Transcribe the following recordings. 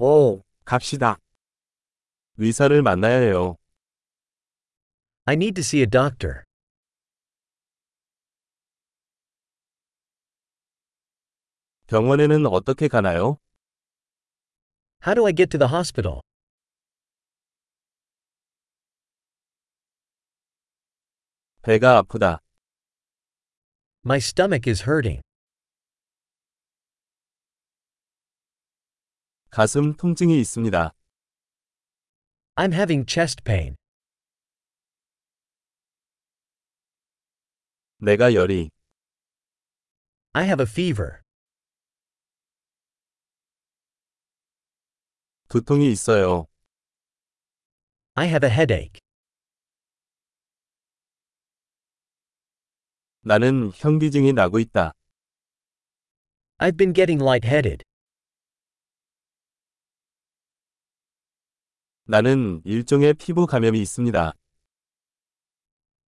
오, 갑시다. 의사를 만나야 해요. I need to see a doctor. 병원에는 어떻게 가나요? How do I get to the hospital? 배가 아프다. My stomach is hurting. 가슴 통증이 있습니다. I'm having chest pain. 내가 열이. I have a fever. 두통이 있어요. I have a headache. 나는 현기증이 나고 있다. I've been getting lightheaded. 나는 일종의 피부 감염이 있습니다.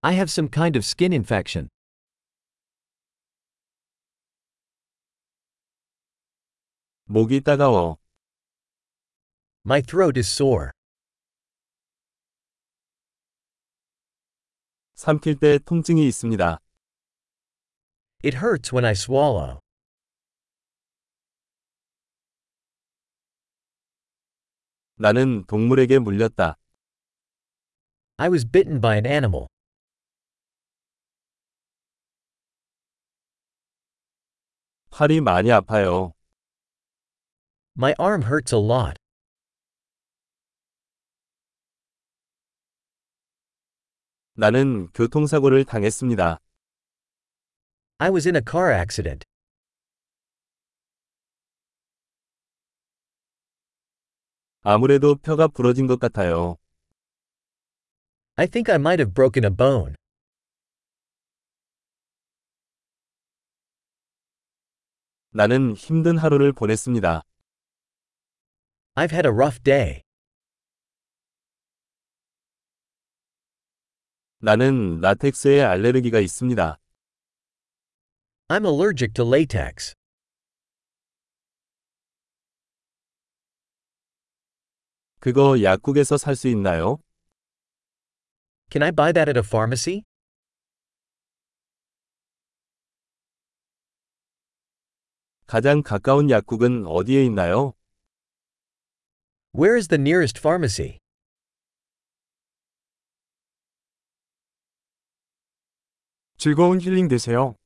I have some kind of skin infection. 목이 따가워. My throat is sore. 삼킬 때 통증이 있습니다. It hurts when I swallow. 나는 동물에게 물렸다. I was bitten by an animal. 팔이 많이 아파요. My arm hurts a lot. 나는 교통사고를 당했습니다. I was in a car accident. 아무래도 뼈가 부러진 것 같아요. I think I might have broken a bone. 나는 힘든 하루를 보냈습니다. I've had a rough day. 나는 라텍스에 알레르기가 있습니다. I'm allergic to latex. 그거 약국에서 살 수 있나요? Can I buy that at a pharmacy? 가장 가까운 약국은 어디에 있나요? Where is the nearest pharmacy? 즐거운 힐링 되세요.